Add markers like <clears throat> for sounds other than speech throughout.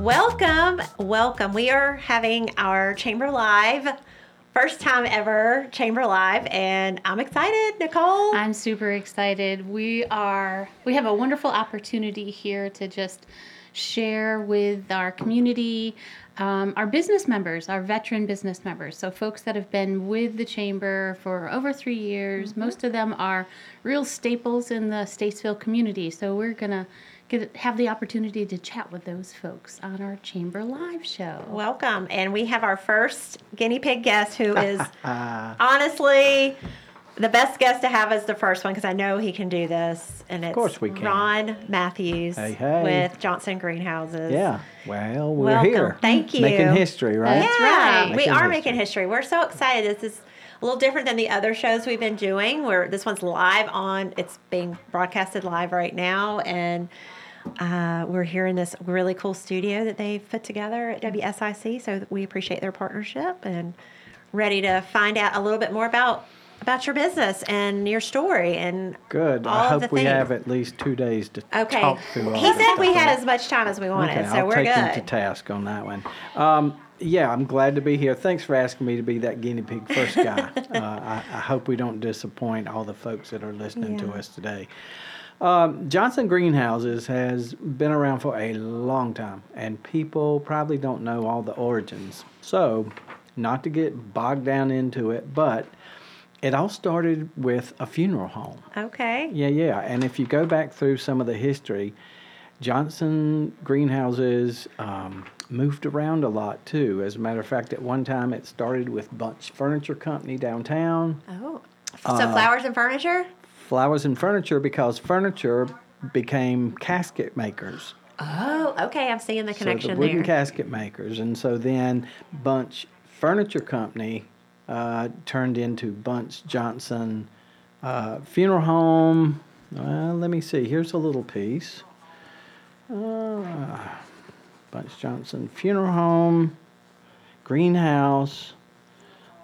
Welcome, welcome. We are having our Chamber Live, first time ever Chamber Live, and I'm excited, Nicole. I'm super excited. We are we have a wonderful opportunity here to just share with our community, um, our business members, our veteran business members. So folks that have been with the chamber for over three years. Mm-hmm. Most of them are real staples in the Statesville community. So we're gonna get have the opportunity to chat with those folks on our chamber live show. Welcome. And we have our first guinea pig guest who <laughs> is honestly the best guest to have as the first one because I know he can do this. And it's course we can. Ron Matthews Hey, hey. with Johnson Greenhouses. Yeah. Well, we're Welcome. here. Thank you. Making history, right? That's yeah, right. we Making are history. making history. We're so excited. This is a little different than the other shows we've been doing. Where this one's live on, it's being broadcasted live right now, and uh, we're here in this really cool studio that they've put together at WSIC. So we appreciate their partnership and ready to find out a little bit more about about your business and your story and Good. all I of the hope we things. have at least two days to Okay, talk through all he this said we stuff. had as much time as we wanted, Okay, so I'll we're take good. him to task on that one. Um, yeah, I'm glad to be here. Thanks for asking me to be that guinea pig <laughs> first guy. uh, I, I hope we don't disappoint all the folks that are listening to Yeah. us today. Um, Johnson Greenhouses has been around for a long time, and people probably don't know all the origins. So, not to get bogged down into it, but it all started with a funeral home. okay. Yeah, yeah. And if you go back through some of the history, Johnson greenhouses um, moved around a lot too. As a matter of fact, at one time it started with Bunch Furniture Company downtown, Oh, so Uh, flowers and furniture. flowers and furniture, because furniture became casket makers. Oh, okay. I'm seeing the connection so the wooden there. casket makers. And so then Bunch Furniture Company uh, turned into Bunch Johnson uh, Funeral Home. Uh, let me see. Here's a little piece. Uh, Bunch Johnson Funeral Home, Greenhouse,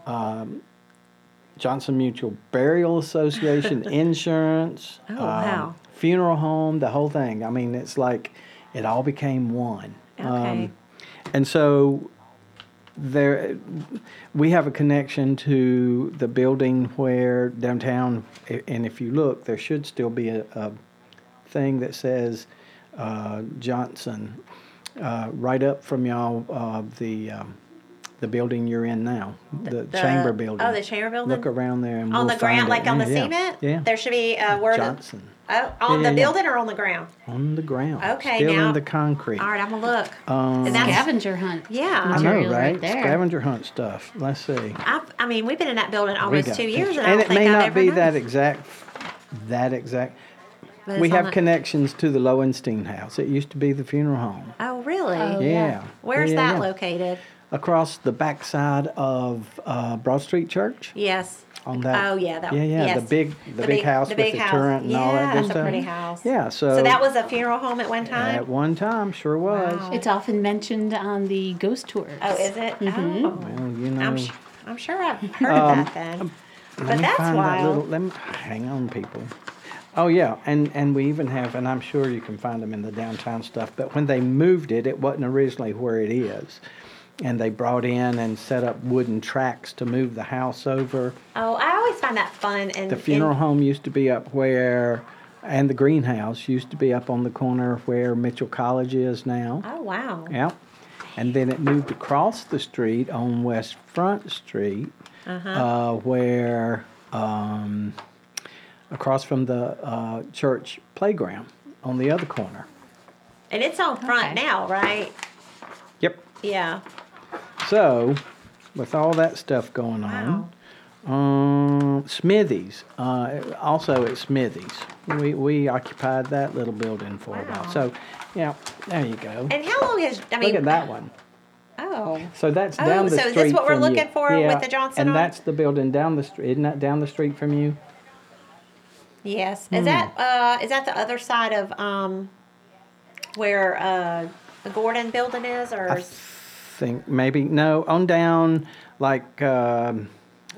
um, Johnson Mutual <laughs> Burial Association Insurance. Oh, um, wow. Funeral home, the whole thing. I mean, it's like it all became one. Okay. and so there, we have a connection to the building where downtown, a- and if you look, there should still be a, a thing that says uh, Johnson uh, right up from y'all uh, the um, the building you're in now, the, the- chamber building. oh, the chamber building? Look around there and on we'll the ground, find it. like on the Yeah, cement? Yeah, There should be a word. Johnson. Oh, on the Yeah, yeah. building or on the ground? on the ground. Okay, still now- in the concrete. All right, I'm going to look. Um, and that's, Scavenger hunt. Yeah. I know, material right? there. Scavenger hunt stuff. Let's see. I, I mean, we've been in that building We almost got two pictures. years, and, I and don't it think may I've not ever be known. that exact. That exact. But we it's on have the- connections to the Lowenstein house. It used to be the funeral home. Oh, really? Oh, yeah. yeah. Where's Yeah, that yeah. located? Across the backside of uh, Broad Street Church. Yes. On that. Oh, yeah. That, yeah, yeah. The yes. big, the, big, house the with big the house. turret and yeah, all that good that's stuff. a pretty house. Yeah. So. So that was a funeral home at one time? At one time, sure was. Wow. It's often mentioned on the ghost tours. Oh, is it? Oh. Well, you know. Um, I'm, sh- I'm sure I've heard of that then. Let but me that's find wild. That little, let me, hang on, people. Oh yeah, and and we even have, and I'm sure you can find them in the downtown stuff. But when they moved it, it wasn't originally where it is, and they brought in and set up wooden tracks to move the house over. Oh, I always find that fun. And The funeral and- home used to be up where, and the greenhouse used to be up on the corner where Mitchell College is now. Oh wow. Yeah. And then it moved across the street on West Front Street, Uh-huh. uh, where um, across from the uh, church playground on the other corner. And it's on front Okay. now, right? Yep. Yeah. So, with all that stuff going Wow. on, um, Smithies, uh, also at Smithies, we, we occupied that little building for a Wow. while. So, yeah, there you go. And how long is I mean Look at that one. Oh. So that's Oh, down the so street. is this what we're from you. looking for with Yeah, the Johnson And on? that's the building down the street. Isn't that down the street from you? Yes. Hmm. Is that uh is that the other side of um where uh the Gordon building is or I think maybe no. On down like um,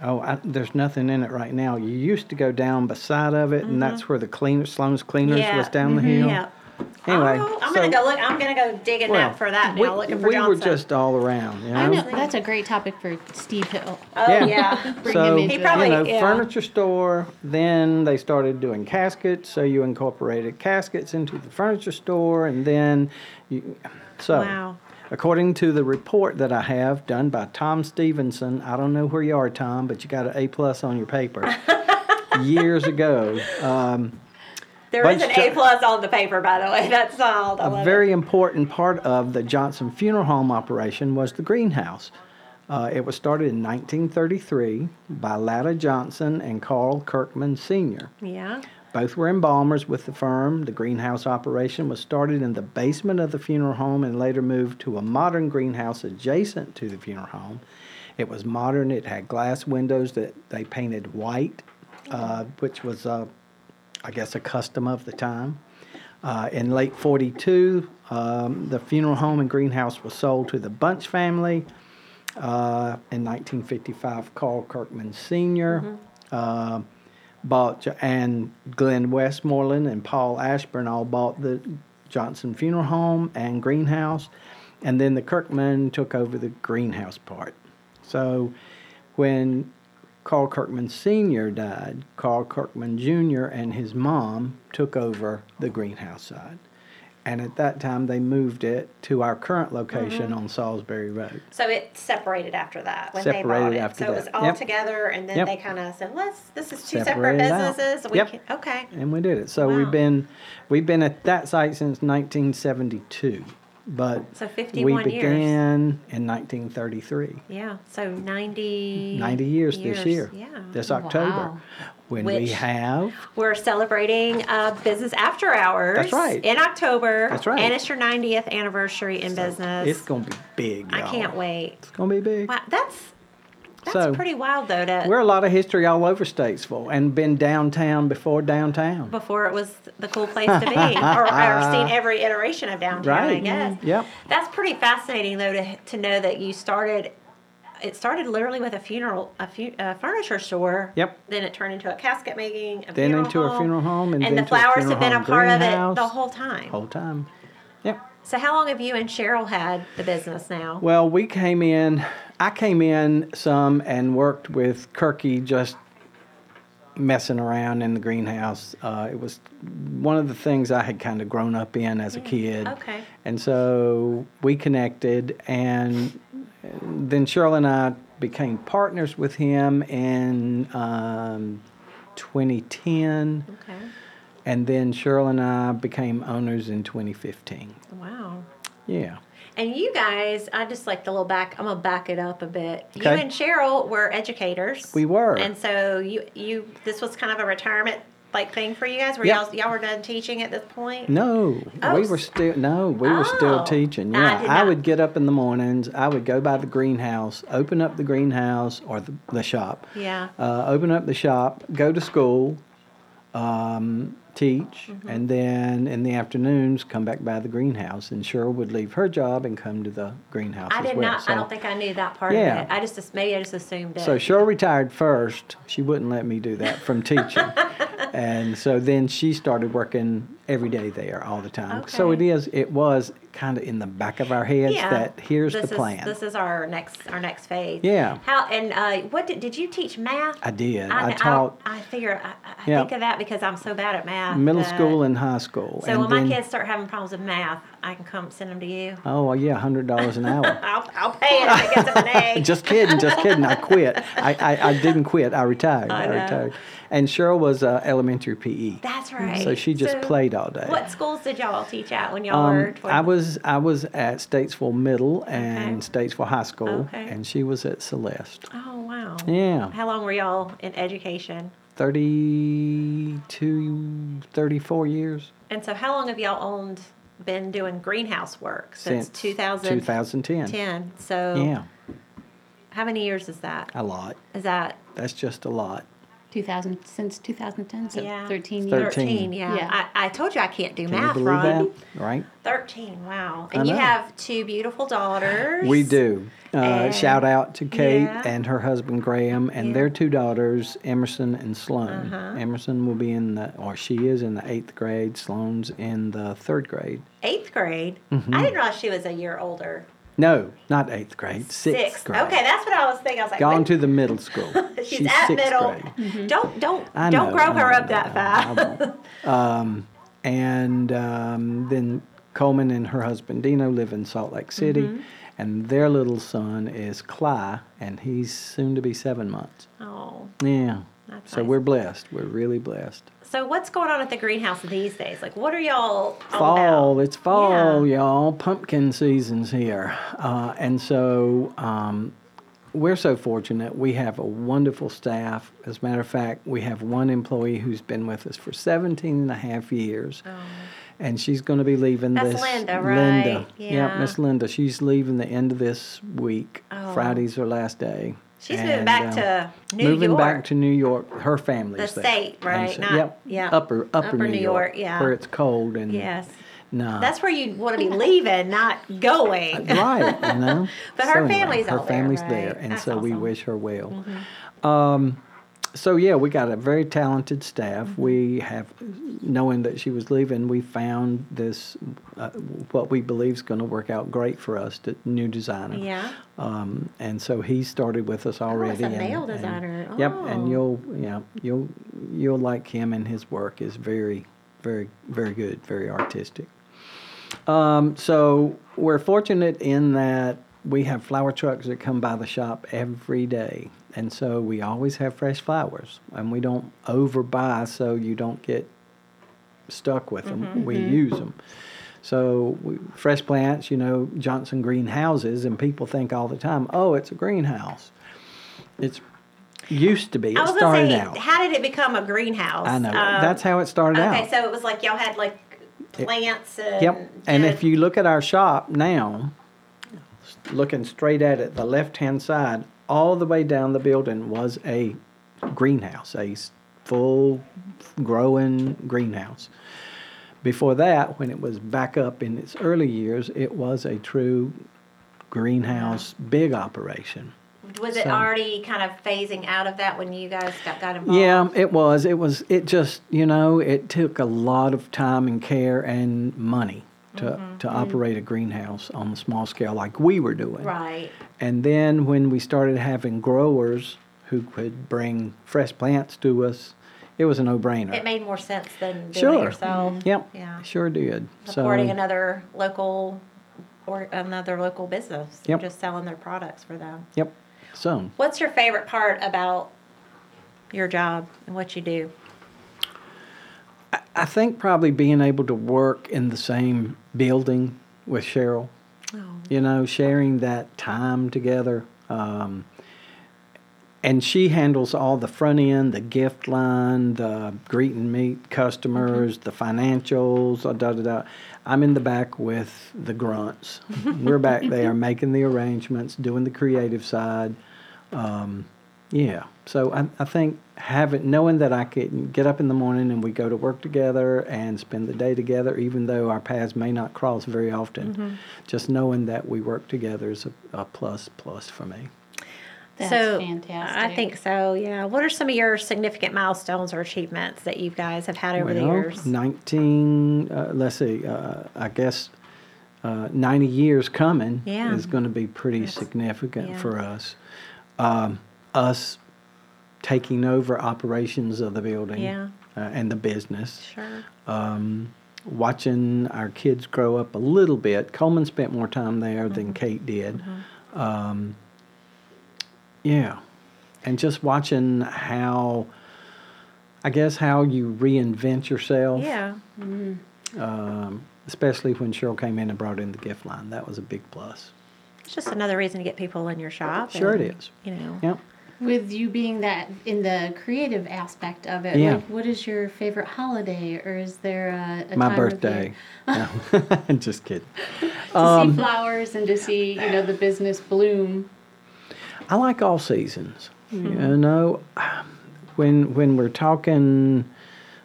oh, I, there's nothing in it right now. You used to go down beside of it, and that's where the cleaner Sloan's Mm-hmm. Cleaners Yeah, Mm-hmm. was down the hill. yeah. Anyway, Oh, I'm so- gonna go look. I'm gonna go dig a well, nap for that now. we, looking for we Johnson. were just all around, you know. I know that's a great topic for Steve Hill. oh yeah. yeah. <laughs> Bring So him you into He probably- know, yeah. furniture store. Then they started doing caskets, so you incorporated caskets into the furniture store, and then you. So, Wow. according to the report that I have done by Tom Stevenson, I don't know where you are, Tom, but you got an A plus on <laughs> your paper. years ago, um, There is an Bunch A jo- plus on the paper, by the way. <laughs> That's all. I a love very important part of the Johnson Funeral Home operation was the greenhouse. Uh, it was started in 1933 by Latta Johnson and Carl Kirkman Sr. it. Yeah. Both were embalmers with the firm. The greenhouse operation was started in the basement of the funeral home and later moved to a modern greenhouse adjacent to the funeral home. It was modern, it had glass windows that they painted white, uh, which was, uh, I guess, a custom of the time. Uh, in late 42, um, the funeral home and greenhouse was sold to the Bunch family. Uh, in 1955, Carl Kirkman senior uh, bought, Jo- and Glenn Westmoreland and Paul Ashburn all bought the Johnson Funeral Home and greenhouse, and then the Kirkman took over the greenhouse part. So, when Carl Kirkman Sr. died, Carl Kirkman Jr. and his mom took over the greenhouse side. And at that time, they moved it to our current location on Salisbury Road. So it separated after that when they bought Separated it. after so it was that. all Yep. together, and then Yep. they kind of said, "Let's. This is two separate Separate it out. businesses. We Yep. can, okay. and we did it. So Wow. we've been we've been at that site since 1972, but So we 51 years. began in 1933. Yeah. So 90. 90 years, this year, Yeah. this October, Wow. when we Which- have We're celebrating uh, business after hours. That's right. In October. That's right. And it's your 90th anniversary in business. it's gonna be big. I y'all. can't wait. It's gonna be big. Wow, that's that's So- pretty wild though. To We're a lot of history all over Statesville, and been downtown before downtown. before it was the cool place to be, or I've <laughs> seen every iteration of downtown. I Right. Mm-hmm. guess. Yep. That's pretty fascinating though to to know that you started. It started literally with a funeral, a, fu- a furniture store. Yep. Then it turned into a casket making. A Then funeral into a home, funeral home, and and then the to a flowers have funeral been a home part of it the greenhouse. whole time. Whole time. Yep. So how long have you and Cheryl had the business now? Well, we came in, I came in some and worked with Kirky just messing around in the greenhouse. Uh, it was one of the things I had kind of grown up in as a kid. Okay. And so we connected, and then Cheryl and I became partners with him in um, 2010. Okay. And then Cheryl and I became owners in 2015. Wow. Yeah. And you guys, I just like the little back. I'm gonna back it up a bit. You Okay. and Cheryl were educators. We were. And so you, you, this was kind of a retirement like thing for you guys. Were Yeah. y'all, y'all were done teaching at this point? No, Oh, we s- were still no, we were Oh, still teaching. I Yeah, did I, not- would get up in the mornings. I would go by the greenhouse, open up the greenhouse or the, the shop. Yeah. Uh, open up the shop, go to school, um, teach, Mm-hmm. and then in the afternoons come back by the greenhouse. And Cheryl would leave her job and come to the greenhouse. I as did well. not. I So- don't think I knew that part of Yeah. it. I just as- maybe I just assumed it. so Cheryl retired first. She wouldn't let me do that <laughs> from teaching. and so then she started working every day there all the time. So it Okay. is it was kind of in the back of our heads that here's this the plan. Is, this is our next our next phase. Yeah. How and uh, what did did you teach math? I did. I, I, kn- taught I, figure I, I Yeah. think of that because I'm so bad at math. middle that- school and high school. So and when my kids start having problems with math, I can come send them to you. Oh well, yeah, hundred dollars an hour. <laughs> I'll, I'll pay it if it gets an A. just kidding, just kidding. I quit. I, I, I didn't quit. I <laughs> retired. I I, know. retired. And Cheryl was uh, elementary PE. That's right. So she just So played all day. What schools did y'all teach at when y'all Um, were? 12? I was I was at Statesville Middle and Statesville High School, Okay. and she was at Celeste. Oh wow. Yeah, How long were y'all in education? 32, 34 years And so how long have y'all owned been doing greenhouse work since, since 2010? 2010. So Yeah, how many years is that? a lot. Is that That's just a lot. 2000 since 2010, so Yeah. 13 years. 13. yeah. Yeah. I, I told you I can't do Can math, you believe Ron. that? Right? 13, wow. I And you know. have two beautiful daughters. We do. Uh, And- shout out to Kate Yeah. and her husband Graham and Yeah. their two daughters, Emerson and Sloan. Uh-huh. Emerson will be in the, or she is in the eighth grade. Sloan's in the third grade. Eighth grade. Mm-hmm. I didn't realize she was a year older. No, not eighth grade. Sixth, Sixth. grade. Okay, that's what I was thinking. I was like, Gone wait, to the middle school. <laughs> she's, at sixth middle. grade. Don't don't I don't know, grow I her know, up that I fast. <laughs> won't. um, and um, then Coleman and her husband Dino live in Salt Lake City, Mm-hmm. and their little son is Cly, and he's soon to be seven months. oh. Yeah. That's so nice. we're blessed. We're really blessed. So what's going on at the greenhouse these days? Like, what are y'all all fall. about? It's fall, y'all. Pumpkin season's here, uh, and so um, we're so fortunate. We have a wonderful staff. As a matter of fact, we have one employee who's been with us for 17 and a half years. And she's going to be leaving Oh. That's this. Linda, right? Linda. Yeah. Yep, Miss Linda. She's leaving the end of this week. Oh. Friday's her last day. She's moving And, back um, to New moving York. back to New York. Her family's The there. state, And right? so- Not- yep. yeah. Upper, upper Upper New York, yeah. Where it's cold and Yes. Nah. That's where you want to be leaving, not going. Uh, <laughs> right. You know. But her family's her out there, family's right? there, and That's so we awesome. Mm-hmm. wish her well. Um, so yeah, we got a very talented staff. Mm-hmm. We have, knowing that she was leaving, we found this uh, what we believe is going to work out great for us. The new designer. <laughs> Yeah. Um, and so he started with us already. Oh, a and- male and- designer. Yep. Oh. And you'll yeah you'll you'll like him and his work is very very very good very artistic. Um, so we're fortunate in that we have flower trucks that come by the shop every day. And so we always have fresh flowers and we don't overbuy so you don't get stuck with them. Mm-hmm, We use them. So we, fresh plants, you know, Johnson greenhouses, and people think all the time, oh, it's a greenhouse. It's used to be. It I was started gonna say, out. how did it become a greenhouse? I know. Um, That's how it started out. Okay, so it was like y'all had like plants and Yep. And if you look at our shop now, s- looking straight at it, the left hand side, all the way down the building was a greenhouse, a s- full growing greenhouse. Before that, when it was back up in its early years, it was a true greenhouse, big operation. was it so- already kind of phasing out of that when you guys got, got involved? Yeah, it was. It was. It just you know it took a lot of time and care and money to Mm-hmm, to operate a greenhouse on the small scale like we were doing. Right. And then when we started having growers who could bring fresh plants to us, it was a no brainer. It made more sense than doing it Sure. yourself. Yep. Yeah. Sure did. Supporting so another local or another local business. You're Yep. Just selling their products for them. yep. So What's your favorite part about your job and what you do? I think probably being able to work in the same building with Cheryl Oh. you know, sharing that time together. Um, and she handles all the front end, the gift line, the greet and meet customers, the financials, uh, da da da. I'm in the back with the grunts. We're back there making the arrangements, doing the creative side. Um, yeah. So I, I think having knowing that I could get up in the morning and we go to work together and spend the day together, even though our paths may not cross very often, Mm-hmm. just knowing that we work together is a, a plus plus for me. That's so I fantastic. think so. Yeah. What are some of your significant milestones or achievements that you guys have had over the Well, years? 19, uh, let's see, uh, I guess uh, 90 years coming Yeah. is going to be pretty significant yeah. for us. Um, us taking over operations of the building Yeah. uh, and the business. Sure. um, watching our kids grow up a little bit. Coleman spent more time there Mm-hmm. than Kate did. Um, yeah, and just watching how, I guess, how you reinvent yourself. Yeah. Um, especially when Cheryl came in and brought in the gift line, that was a big plus. It's just another reason to get people in your shop. Sure, and, it is. You know. Yep. With you being that in the creative aspect of it, Yeah. like what is your favorite holiday, or is there a, a My time birthday. Um, No, <laughs> <laughs> just kidding. of year to see flowers and to see you know the business bloom? I like all seasons. You know, when when we're talking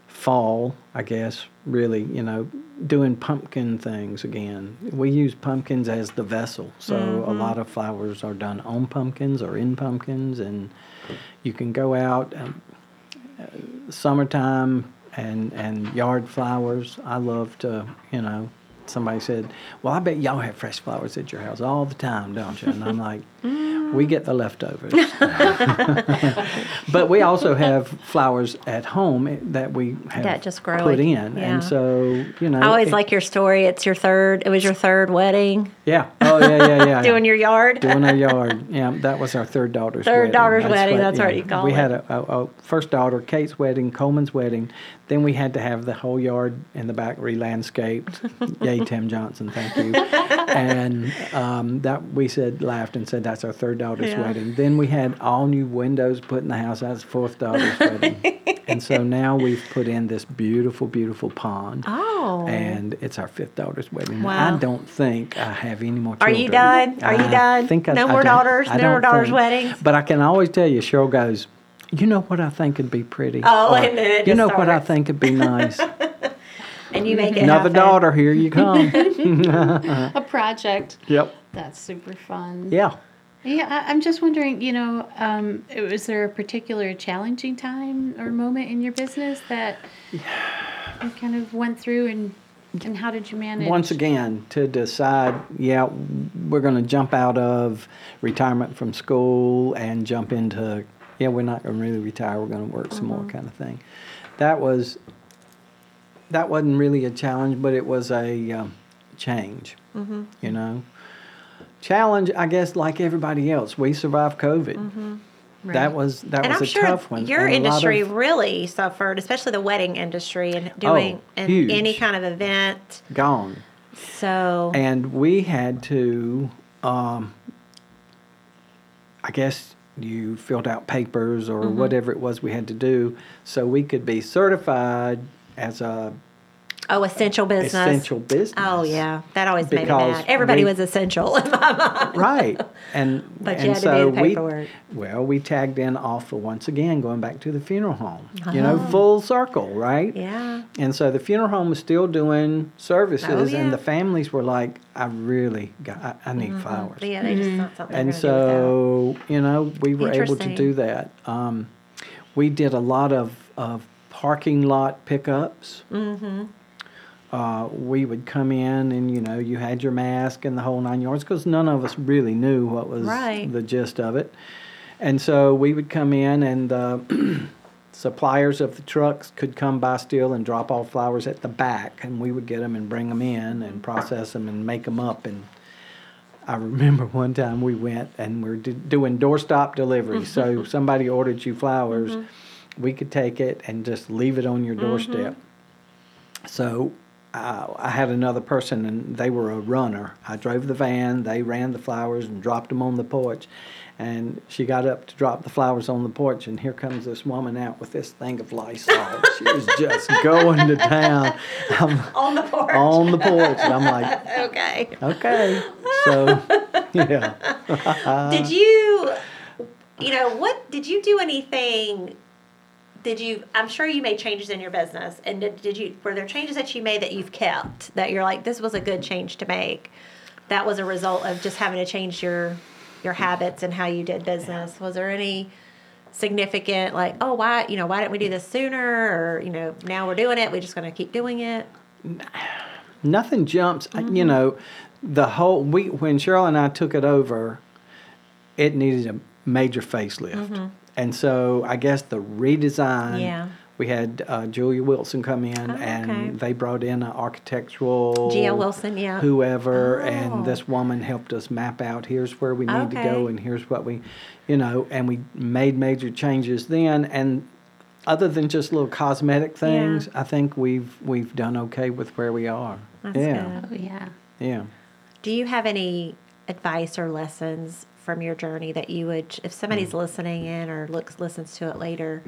fall, I guess really, you know, doing pumpkin things again. We use pumpkins as the vessel, so a lot of flowers are done on pumpkins or in pumpkins, and you can go out. Um, uh, summertime and and yard flowers. I love to, you know. Somebody said, "Well, I bet y'all have fresh flowers at your house all the time, don't you?" And <laughs> I'm like, Mm. "We get the leftovers." <laughs> but we also have flowers at home eh, that we have That just grow put it, in, yeah. and so you know. I always it- like your story. It's your third. It was your third wedding. yeah. Oh yeah, yeah, <laughs> yeah. Doing your yard. <laughs> doing our yard. Yeah, that was our third daughter's Third wedding. daughter's wedding, that's what you yeah. call We it. had a, a, a first daughter, Kate's wedding, Coleman's wedding. Then we had to have the whole yard in the back <laughs> re-landscaped. Yay, Tim Johnson, thank you. and um, that we said laughed and said that's our third daughter's Yeah. wedding. Then we had all new windows put in the house. That's fourth <laughs> daughter's wedding. And so now we've put in this beautiful, beautiful pond. Oh. And it's our fifth daughter's wedding. Wow. I don't think I have any more Are you children. done? Are you I done? think I- No I more don't- daughters? I No more don't daughters' think- weddings? But I can always tell you, Cheryl goes, you know what I think would be pretty. Oh, and then it you just know what I starts. <laughs> think would be nice. and you make it Another happen. daughter, here <laughs> you come. a project. yep. That's super fun. Yeah. Yeah, I, I'm just wondering, you know, um, was there a particular challenging time or moment in your business that you kind of went through and and how did you manage? Once again, to decide, yeah, we're going to jump out of retirement from school and jump into, yeah, we're not going to really retire. We're going to work some more Uh-huh. kind of thing. That was, that wasn't really a challenge, but it was a um, change, Mm-hmm. you know. Challenge, I guess, like everybody else, we survived COVID. Right. That was Mm-hmm. that And was I'm a sure tough one. your and a lot industry of- really suffered, especially the wedding industry and doing and Oh, huge. any kind of event. gone. So and we had to um, i guess you filled out papers or Mm-hmm. whatever it was we had to do so we could be certified as a oh, essential business. essential business Oh yeah, that always made me Because mad. Everybody we- was essential <laughs> in my mind. right and <laughs> But you had to and do so the we paperwork. well we tagged in off once again going back to the funeral home you know full circle right Uh-huh. Yeah. And so the funeral home was still doing services, Oh, yeah. Mm-hmm. and the families were like, "I really, got, I, I need flowers." Yeah, they just not something. and they're gonna do without. so you know we were able to Interesting. do that um, we did a lot of, of parking lot pickups uh, we would come in and you know you had your mask and the whole nine yards because none of us really knew what was Right. the gist of it and so we would come in and the <clears throat> suppliers of the trucks could come by still and drop off flowers at the back and we would get them and bring them in and process them and make them up and I remember <laughs> one time we went and we're d- doing doorstop delivery. so somebody ordered you flowers, we could take it and just leave it on your doorstep. So uh, I had another person, and they were a runner. I drove the van, they ran the flowers and dropped them on the porch. And she got up to drop the flowers on the porch, and here comes this woman out with this thing of Lysol. she was just going to town. I'm <laughs> on the porch. on the porch, and I'm like, okay. okay. So, yeah. did you you know what did you do anything did you i'm sure you made changes in your business and did, did you were there changes that you made that you've kept that you're like this was a good change to make that was a result of just having to change your your habits and how you did business was there any significant like oh why you know why didn't we do this sooner or you know now we're doing it we're just going to keep doing it nothing jumps I- Mm-hmm. you know the whole we when cheryl and i took it over it needed a major facelift and so i guess the redesign Mm-hmm. Yeah. Oh, we had uh, julia wilson come in and okay. they brought in an architectural Gia Wilson, yeah. whoever Oh. and this woman helped us map out here's where we need to Okay. go and here's what we you know and we made major changes then and other than just little cosmetic things, I think we've we've done okay with where we are. That's yeah, good. Oh yeah. yeah. Do you have any advice or Mm. lessons from your journey that you would, if somebody's listening in or looks listens to it later,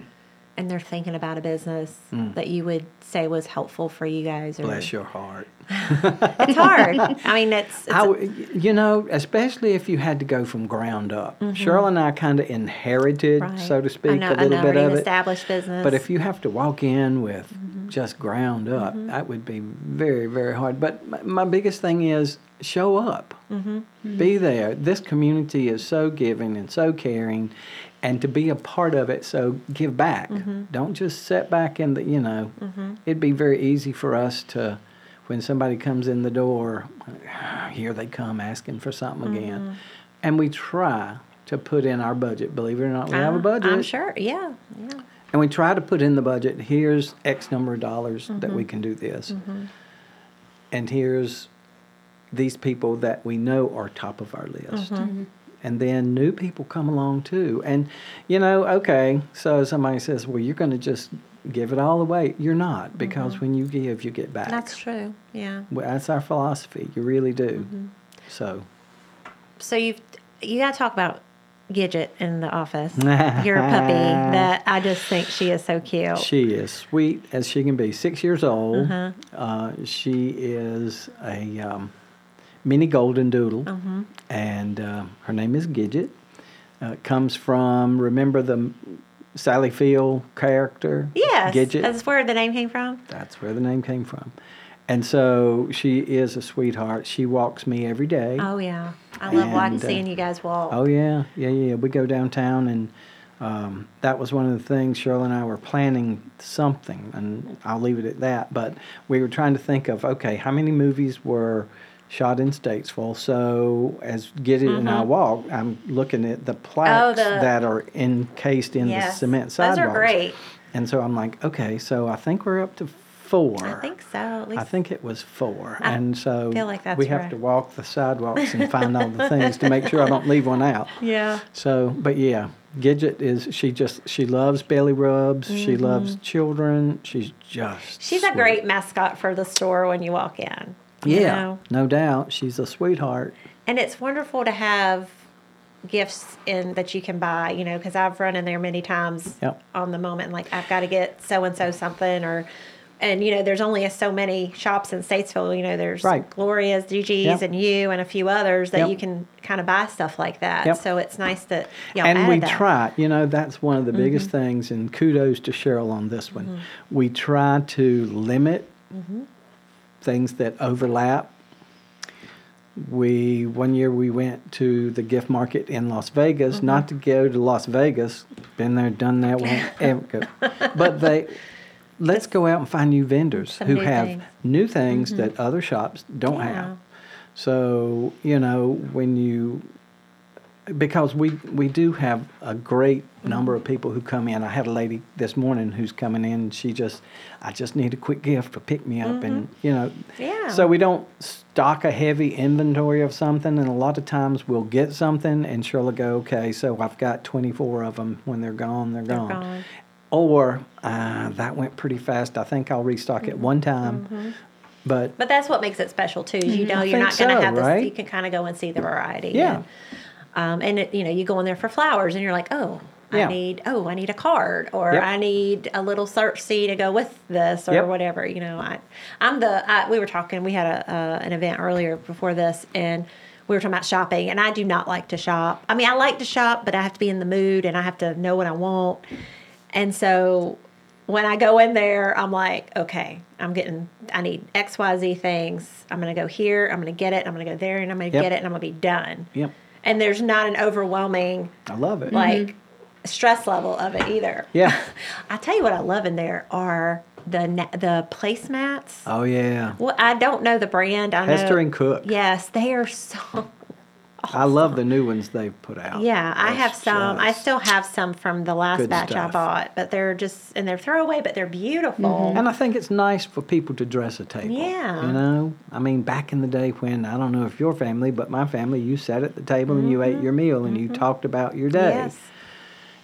and they're thinking about a business that you would say was helpful for you guys? Or, Mm. Bless your heart. It's <laughs> hard. I mean, it's, it's I w- you know, especially if you had to go from ground up. Cheryl and I kind of inherited, Mm-hmm. right. so to speak, I know, a little I know, bit already an of it. established business. Mm-hmm. But if you have to walk in with just ground up, that would be very, very hard. But my, my biggest thing is show up, Mm-hmm. be there. This community is so giving and so caring, and to be a part of it, so give back. Mm-hmm. Don't just sit back in the, you know, it'd be very easy for us to. When somebody comes in the door, <sighs> here they come asking for something Mm-hmm. again. And we try to put in our budget. Believe it or not, we have a Uh, budget. I'm sure. Yeah, yeah. And we try to put in the budget, here's X number of dollars that we can do this. And here's these people that we know are top of our list. And then new people come along too. And, you know, okay, so somebody says, well, you're going to just give it all away. You're not, because when you give, you get back. That's true. Yeah. Well, that's our philosophy. You really do. So, So you've you gotta talk about Gidget in the <laughs> office. Your puppy that I just think she is so cute. She is sweet as she can be. Six years old. Uh-huh. Uh, she is a um, mini golden doodle, Mm-hmm. and uh, her name is Gidget. Uh, comes from remember the Sally Field character? yes, Gidget. that's where the name came from. That's where the name came from. And so she is a sweetheart. She walks me every day. Oh yeah, I love And, watching uh, seeing you guys walk. Oh yeah, yeah, yeah. We go downtown, and um, that was one of the things Cheryl and I were planning something, and I'll leave it at that. But we were trying to think of okay, how many movies were shot in Statesville? So as Get It and I walk, I'm looking at the plaques Mm-hmm. Oh, the- that are encased in the Yes. cement Those are sidewalks. great. And so I'm like, okay, so I think we're up to four. I think so. At least I think it was four. I and so feel like that's we have right. to walk the sidewalks and find all the things to make sure I don't leave <laughs> one out. yeah. So, but yeah, Gidget is, she just, she loves belly rubs. She loves children. She's just. Mm-hmm. She's a sweet. great mascot for the store when you walk in. you Yeah, know? no doubt. She's a sweetheart. And it's wonderful to have gifts in that you can buy, you know, because I've run in there many times Yep. on the moment, like I've got to get so and so something, or and you know, there's only so many shops in Statesville. You know, there's Right. Gloria's, DG's, Yep. and you, and a few others that Yep. you can kind of buy stuff like that. Yep. So it's nice that y'all and added we that. Mm-hmm. try you know that's one of the biggest things and kudos to cheryl on this one we try to limit Mm-hmm. things that overlap we one year we went to the gift market in las vegas Mm-hmm. not to go to las vegas been there done that <laughs> went ever go. but they let's go out and find new vendors Some who new have things. Mm-hmm. new things that other shops don't Yeah. have so you know when you because we we do have a great number of people who come in. I had a lady this morning who's coming in. She just, I just need a quick gift to pick me up, and you know, Mm-hmm. Yeah. So we don't stock a heavy inventory of something, and a lot of times we'll get something, and she'll go, okay, so I've got twenty four of them. When they're gone, they're, gone. gone. Or uh, that went pretty fast. I think I'll restock Mm-hmm. it one time, but But that's what makes it special too. is You know, Mm-hmm. I you're not think going to so, have this. right? You can kind of go and see the variety. Yeah. And, um, and it, you know, you go in there for flowers, and you're like, oh, I Yeah. need, oh, I need a card, or Yep. I need a little search seat to go with this, or Yep. whatever. You know, I, I'm the. I, we were talking. We had a uh, an event earlier before this, and. We were talking about shopping, and I do not like to shop. I mean, I like to shop, but I have to be in the mood and I have to know what I want. And so when I go in there, I'm like, okay, I'm getting, I need XYZ things. I'm going to go here, I'm going to get it, I'm going to go there, and I'm going to Yep. get it, and I'm going to be done. yep, And there's not an overwhelming, I love it. like, stress level of it either. yeah. <laughs> I tell you what I love in there are the na- the placemats. Oh yeah. Well, I don't know the brand. I know Hester and Cook. Yes, they are so I love the new ones they've put out. Yeah, I have Oh, That's some. I just- still have some from the last good batch I stuff. bought, but they're just and they're throwaway, but they're beautiful. And I think it's nice for people to dress a table. Yeah. You know, I mean, back in the day when I don't know if your family, but my family, you sat at the table and you ate your meal and you talked about your day. Mm-hmm. Yes,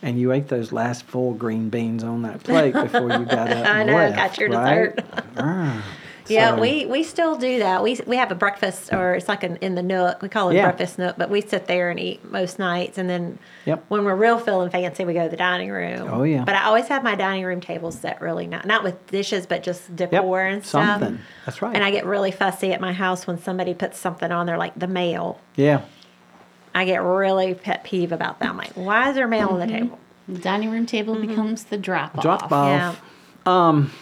And you ate those last <laughs> full green beans on that plate before you got up. I and know, left, got your right? dessert. Ah. <laughs> Yeah, So- we, we still do that. We we have a breakfast, or it's like an in the nook. We call it Yeah. breakfast nook, but we sit there and eat most nights. And then Yep. when we're real feeling fancy, we go to the dining room. Oh, yeah. But I always have my dining room table set really not not with dishes, but just decor and stuff. something. That's right. And I get really fussy at my house when somebody puts something on there, like the mail. yeah. I get really pet peeve about that. I'm like, why is there mail on the table? The dining room table becomes the drop off. Drop off. Um, Yeah.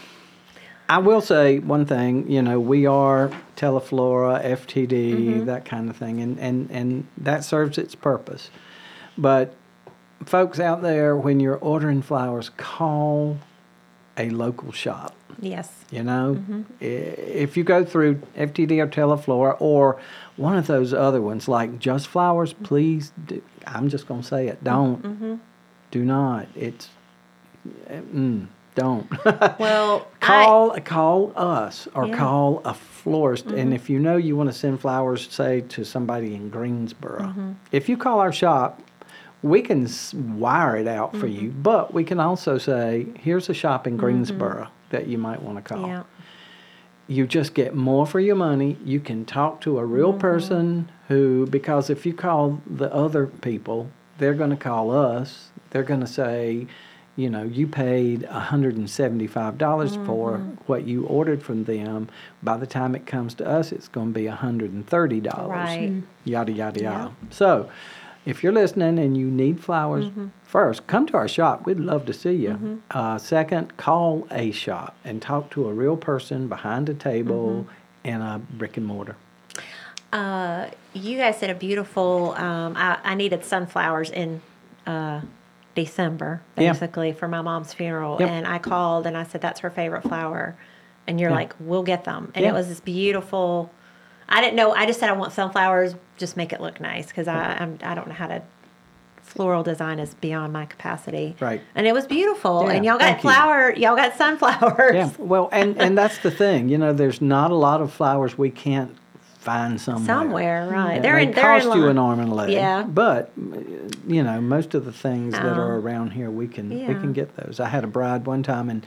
I will say one thing, you know, we are Teleflora, FTD, that kind of thing, and, and, and that serves its purpose. But folks out there, when you're ordering flowers, call a local shop. Yes. You know, Mm-hmm. I- if you go through FTD or Teleflora or one of those other ones like Just Flowers, Mm-hmm. please, do, I'm just going to say it. Don't. Do not. It's, mm, <laughs> don't. Well, <laughs> call call us or Yeah. Mm-hmm. call a florist and if you know you want to send flowers say to somebody in greensboro Mm-hmm. if you call our shop we can s- wire it out for Mm-hmm. you but we can also say here's a shop in greensboro that you might want to I, call Mm-hmm. yeah. you just get more for your money. You can talk to a real person who, because if you call the other people, they're going to call us. They're going to say, you know, you paid $175 dollars for what you ordered from them. By the time it comes to us, it's going to be $130. Right. Mm. Yada, yada, yada. So if you're listening and you need flowers, first, come to our shop. We'd love to see you. Uh, second, call a shop and talk to a real person behind a table in a brick and mortar. Uh, you guys did a beautiful. Um, I, I needed sunflowers in uh, December, Yeah. basically, for my mom's funeral, Yep. and I called and I said that's her favorite flower, and you're Yeah. like, we'll get them, and Yeah. it was this beautiful. I didn't know. I just said I want sunflowers. Just make it look nice because I I'm, I don't know how to. Floral design is beyond my capacity. Right. And it was beautiful. Yeah, and y'all got thank you. flower. Y'all got sunflowers. Yeah. Well, and, and that's the thing. You know, there's not a lot of flowers we can't find somewhere. Somewhere, right? It They're may in. They're cost in you line. an arm and a leg. Yeah. But you know, most of the things that are Um, around here, we can we yeah. can get those. I had a bride one time, and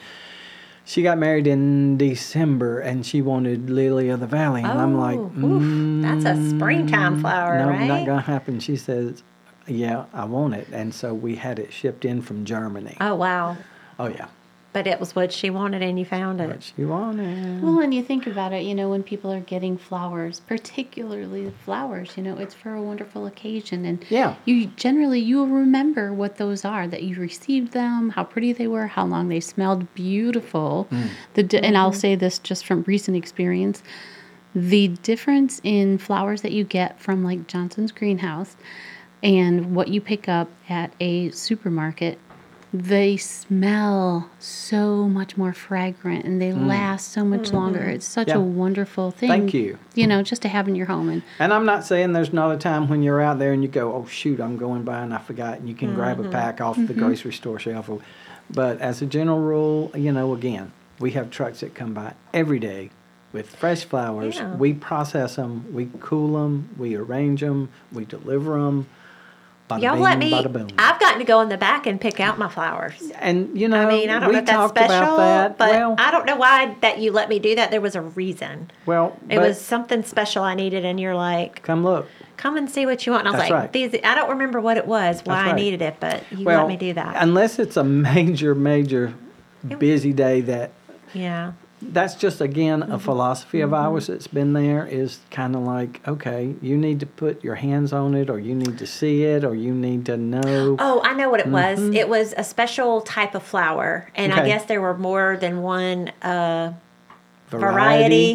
she got married in December, and she wanted lily of the valley, and I'm like, Oh, "Mm, oof, that's a springtime flower, no, right? not gonna happen. She says, yeah, I want it, and so we had it shipped in from Germany. Oh wow! oh yeah, But it was what she wanted, and you found it. she wanted. Well, and you think about it, you know, when people are getting flowers, particularly the flowers, you know, it's for a wonderful occasion, and Yeah. you generally you will remember what those are that you received them, how pretty they were, how long they smelled beautiful. The di- and I'll say this just from recent experience, the difference in flowers that you get from like Johnson's greenhouse and what you pick up at a supermarket they smell so much more fragrant and they last so much Mm-hmm. longer. It's such Mm. Yeah. a wonderful thing. Thank you. You know, just to have in your home. And And I'm not saying there's not a time when you're out there and you go, oh, shoot, I'm going by and I forgot, and you can grab Mm-hmm. a pack off the grocery store shelf. or- But as a general rule, you know, again, we have trucks that come by every day with fresh flowers. Yeah. We process them, we cool them, we arrange them, we deliver them. Bada Y'all bing, let me. bada boom. I've gotten to go in the back and pick out my flowers. and you know, I mean, I don't we know if that's talked special, about that. but well, I don't know why that you let me do that. There was a reason. well, It but was something special I needed, and you're like, Come look. "Come and see what you want." And I was That's like, right. "These." I don't remember what it was, why That's I right. needed it, but you let me do that. Unless it's a major, major busy day that yeah. that's just again Mm-hmm. a philosophy of ours that's been there is kind of like okay you need to put your hands on it or you need to see it or you need to know Oh, I know what it was. It was a special type of flower, and I Mm-hmm. Okay. guess there were more than one. Uh, variety,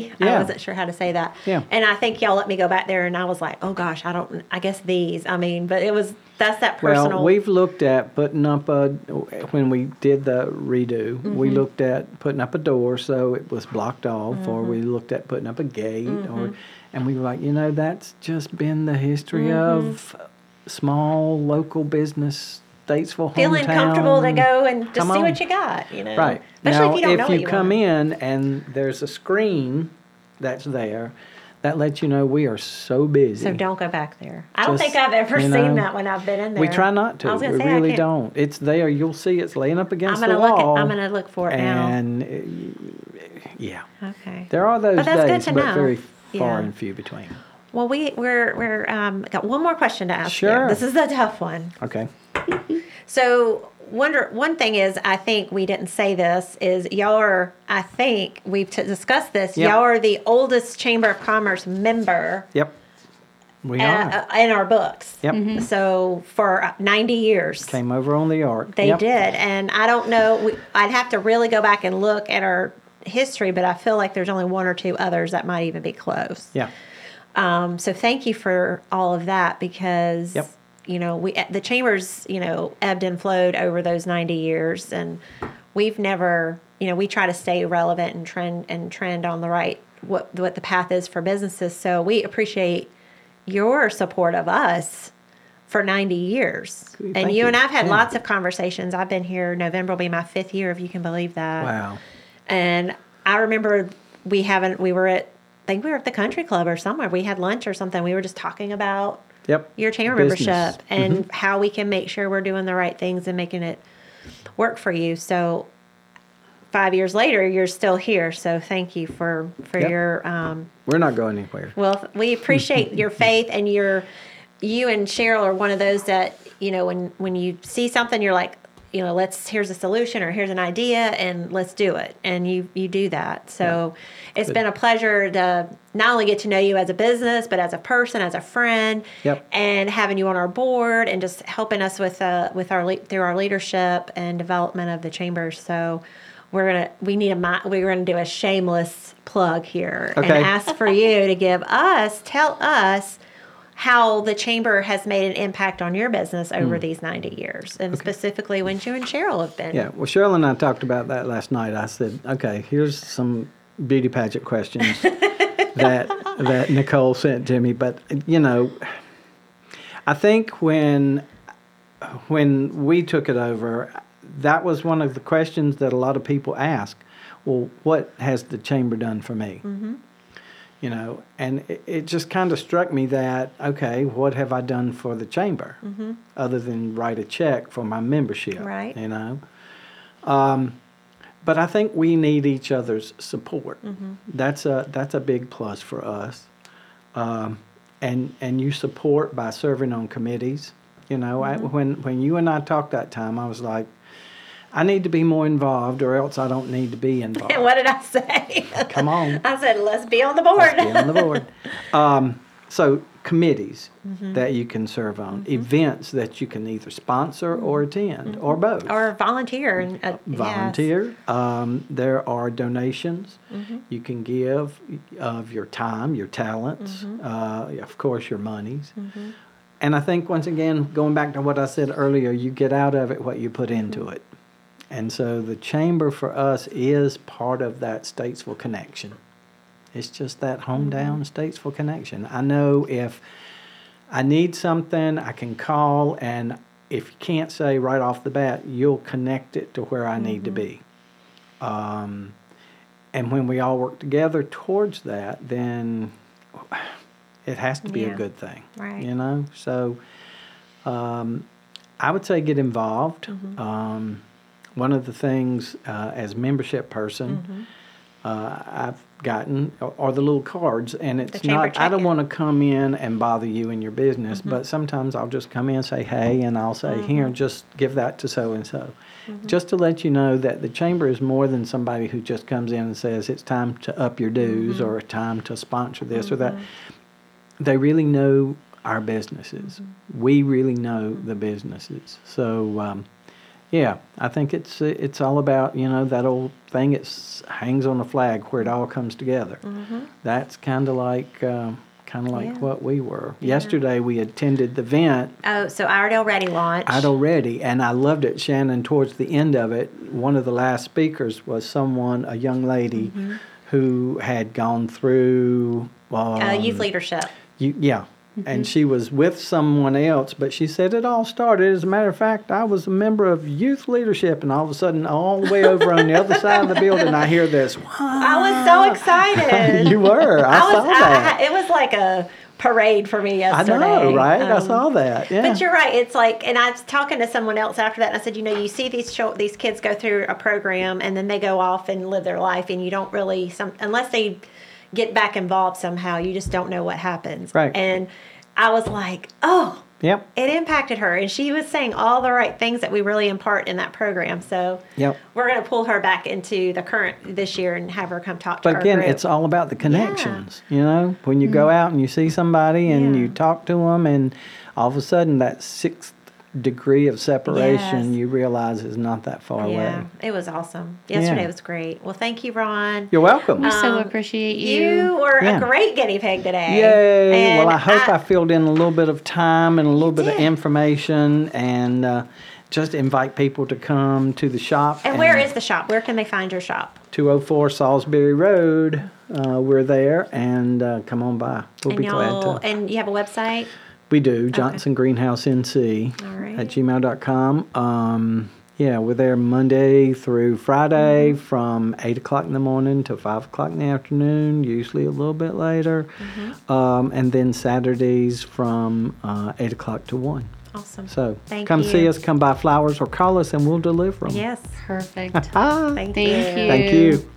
variety. I Yeah. wasn't sure how to say that. Yeah. And I think y'all let me go back there, and I was like, oh gosh, I don't. I guess these. I mean, but it was that's that personal. well we've looked at putting up a when we did the redo we Mm-hmm. looked at putting up a door so it was blocked off or we Mm-hmm. looked at putting up a gate or and we were like you know that's just been the history Mm-hmm. of small local business Statesville feeling comfortable to hometown. go and just Come see on. what you got. You know, Right. Especially now, if you don't know what you come want. in and there's a screen that's there, that lets you know we are so busy. So don't go back there. I don't Just, think I've ever you seen know, that when I've been in there. we try not to. I was We gonna say, I really can't- don't. It's there. You'll see. It's laying up I'm against gonna the look. At, wall. I'm gonna look for it now. and uh, yeah. Okay. There are those But that's good days, to but know. very far Yeah. and few between. Well, we we're we're um, got one more question to ask. you. Sure. This is the tough one. Okay. So wonder one thing is I think we didn't say this is y'all are I think we've t- discussed this Yep. y'all are the oldest Chamber of Commerce member Yep. We are. uh, uh, in our books. yep. So for uh, 90 years. Came over on the ark. They Yep. did, and I don't know. We, I'd have to really go back and look at our history, but I feel like there's only one or two others that might even be close. Yeah. Um, so thank you for all of that because Yep. you know we the chambers you know ebbed and flowed over those 90 years, and we've never you know we try to stay relevant and trend and trend on the right what what the path is for businesses. So we appreciate your support of us for 90 years. Good, and thank you, you. and I've had Yeah. lots of conversations. I've been here, November will be my fifth year, if you can believe that. Wow. And I remember we haven't, we were at, I think we were at the country club or somewhere. We had lunch or something. We were just talking about Yep. your chamber Business. Mm-hmm. membership and how we can make sure we're doing the right things and making it work for you. So five years later, you're still here. So thank you for, for Yep. your, um, We're not going anywhere. well, we appreciate <laughs> your faith and your you and Cheryl are one of those that, you know, when when you see something you're like, you know, let's here's a solution or here's an idea and let's do it. And you you do that. So it's been a pleasure to not only get to know you as a business, but as a person, as a friend, Yep. and having you on our board and just helping us with uh with our le- through our leadership and development of the chamber. So we're gonna we need a mi- we're gonna do a shameless plug here and Okay. ask for you to give us tell us how the chamber has made an impact on your business over Hmm. these 90 years and specifically when you and cheryl have been Yeah. Well, Cheryl and I talked about that last night. I said, okay, here's some beauty pageant questions that that Nicole sent to me. But you know, I think when when we took it over, that was one of the questions that a lot of people ask. Well, what has the chamber done for me? You know, and it, it just kind of struck me that okay, what have I done for the chamber other than write a check for my membership? Right. You know. Um, but I think we need each other's support. That's a that's a big plus for us and and you support by serving on committees. You know, Mm-hmm. I, when when you and I talked that time, I was like, I need to be more involved, or else I don't need to <laughs> be involved. <laughs> and what did i say <laughs> Come on, i said let's be on the board be on the board. Um, so committees Mm-hmm. that you can serve on, events that you can either sponsor or attend, or both Mm-hmm. <laughs> or volunteer and uh, yes. volunteer. Um, there are donations you can give of your time, your talents, uh, of course, your monies. And I think, once again, going back to what I said earlier, you get out of it what you put into it. And so the chamber for us is part of that Statesville connection. It's just that Mm-hmm. hometown Statesville connection. I know if I need something, I can call, and if you can't say right off the bat, you'll connect it to where I need Mm-hmm. to be. Um, and when we all work together towards that, then it has to be Yeah. a good thing. Right. You know? So um, I would say get involved. Mm-hmm. Um, one of the things uh, as membership person, uh, I've gotten are- are the little cards, and it's chamber not. I don't check-in. want to come in and bother you in your business, but sometimes I'll just come in and say hey, and I'll say here, just give that to so and so, just to let you know that the chamber is more than somebody who just comes in and says it's time to up your dues or time to sponsor this or that. They really know our businesses. We really know the businesses. So. Um, yeah, I think it's it's all about you know that old thing. It hangs on a flag where it all comes together. That's kind of like uh, kind of like Mm-hmm. Yeah. what we were. Yesterday we attended the event oh so iredale ready launch I'd already, and I loved it, Shannon. Towards the end of it, one of the last speakers was someone, a young lady, Mm-hmm. who had gone through. Um, uh, youth leadership you, yeah. Mm-hmm. And she was with someone else, but she said it all started. As a matter of fact, I was a member of youth leadership, and all of a sudden, all the way over on the other side of the building, I hear this. i was so excited Ah, <laughs> you were. I, I was. saw that. I, I, it was like a parade for me I yesterday. know, right? I Um, saw that. Yeah. But you're right. It's like, and I was talking to someone else after that, and I said, you know, you see these chil- these kids go through a program, and then they go off and live their life, and you don't really some unless they get back involved somehow, you just don't know what happens. Right. And I was like, oh, Yep. it impacted her, and she was saying all the right things that we really impart in that program. So Yep. we're going to pull her back into the current this year and have her come talk to But our again, group. it's all about the connections. You know, when you go out and you see somebody and Mm-hmm. Yeah. you talk to them, and all of a sudden that sixth degree of separation Yes. you realize is not that far yeah, away. it was awesome. Yesterday Yeah. was great. Well, thank you, Ron. You're welcome. We so Um, appreciate You were a Yeah. great guinea pig today. Yay! And well, I hope I, filled in a little bit of time and a little bit of did. information, and uh, just invite people to come to the shop. And where is the shop? Where can they find your shop? 204 Salisbury Road? Uh, we're there, and uh, come on by. We'll and be glad to. and you have a website. We do, Johnson Greenhouse NC All right. at gmail.com. Um, yeah, we're there Monday through Mm-hmm. Friday from 8 o'clock in the morning to 5 o'clock in the afternoon, usually a little bit later. Mm-hmm. Um, and then Saturdays from uh, 8 o'clock to 1. Awesome. So Thank come see you. us, come buy flowers or call us, and we'll deliver them. yes. you. Perfect. Ah, Thank, Thank you. you. thank you.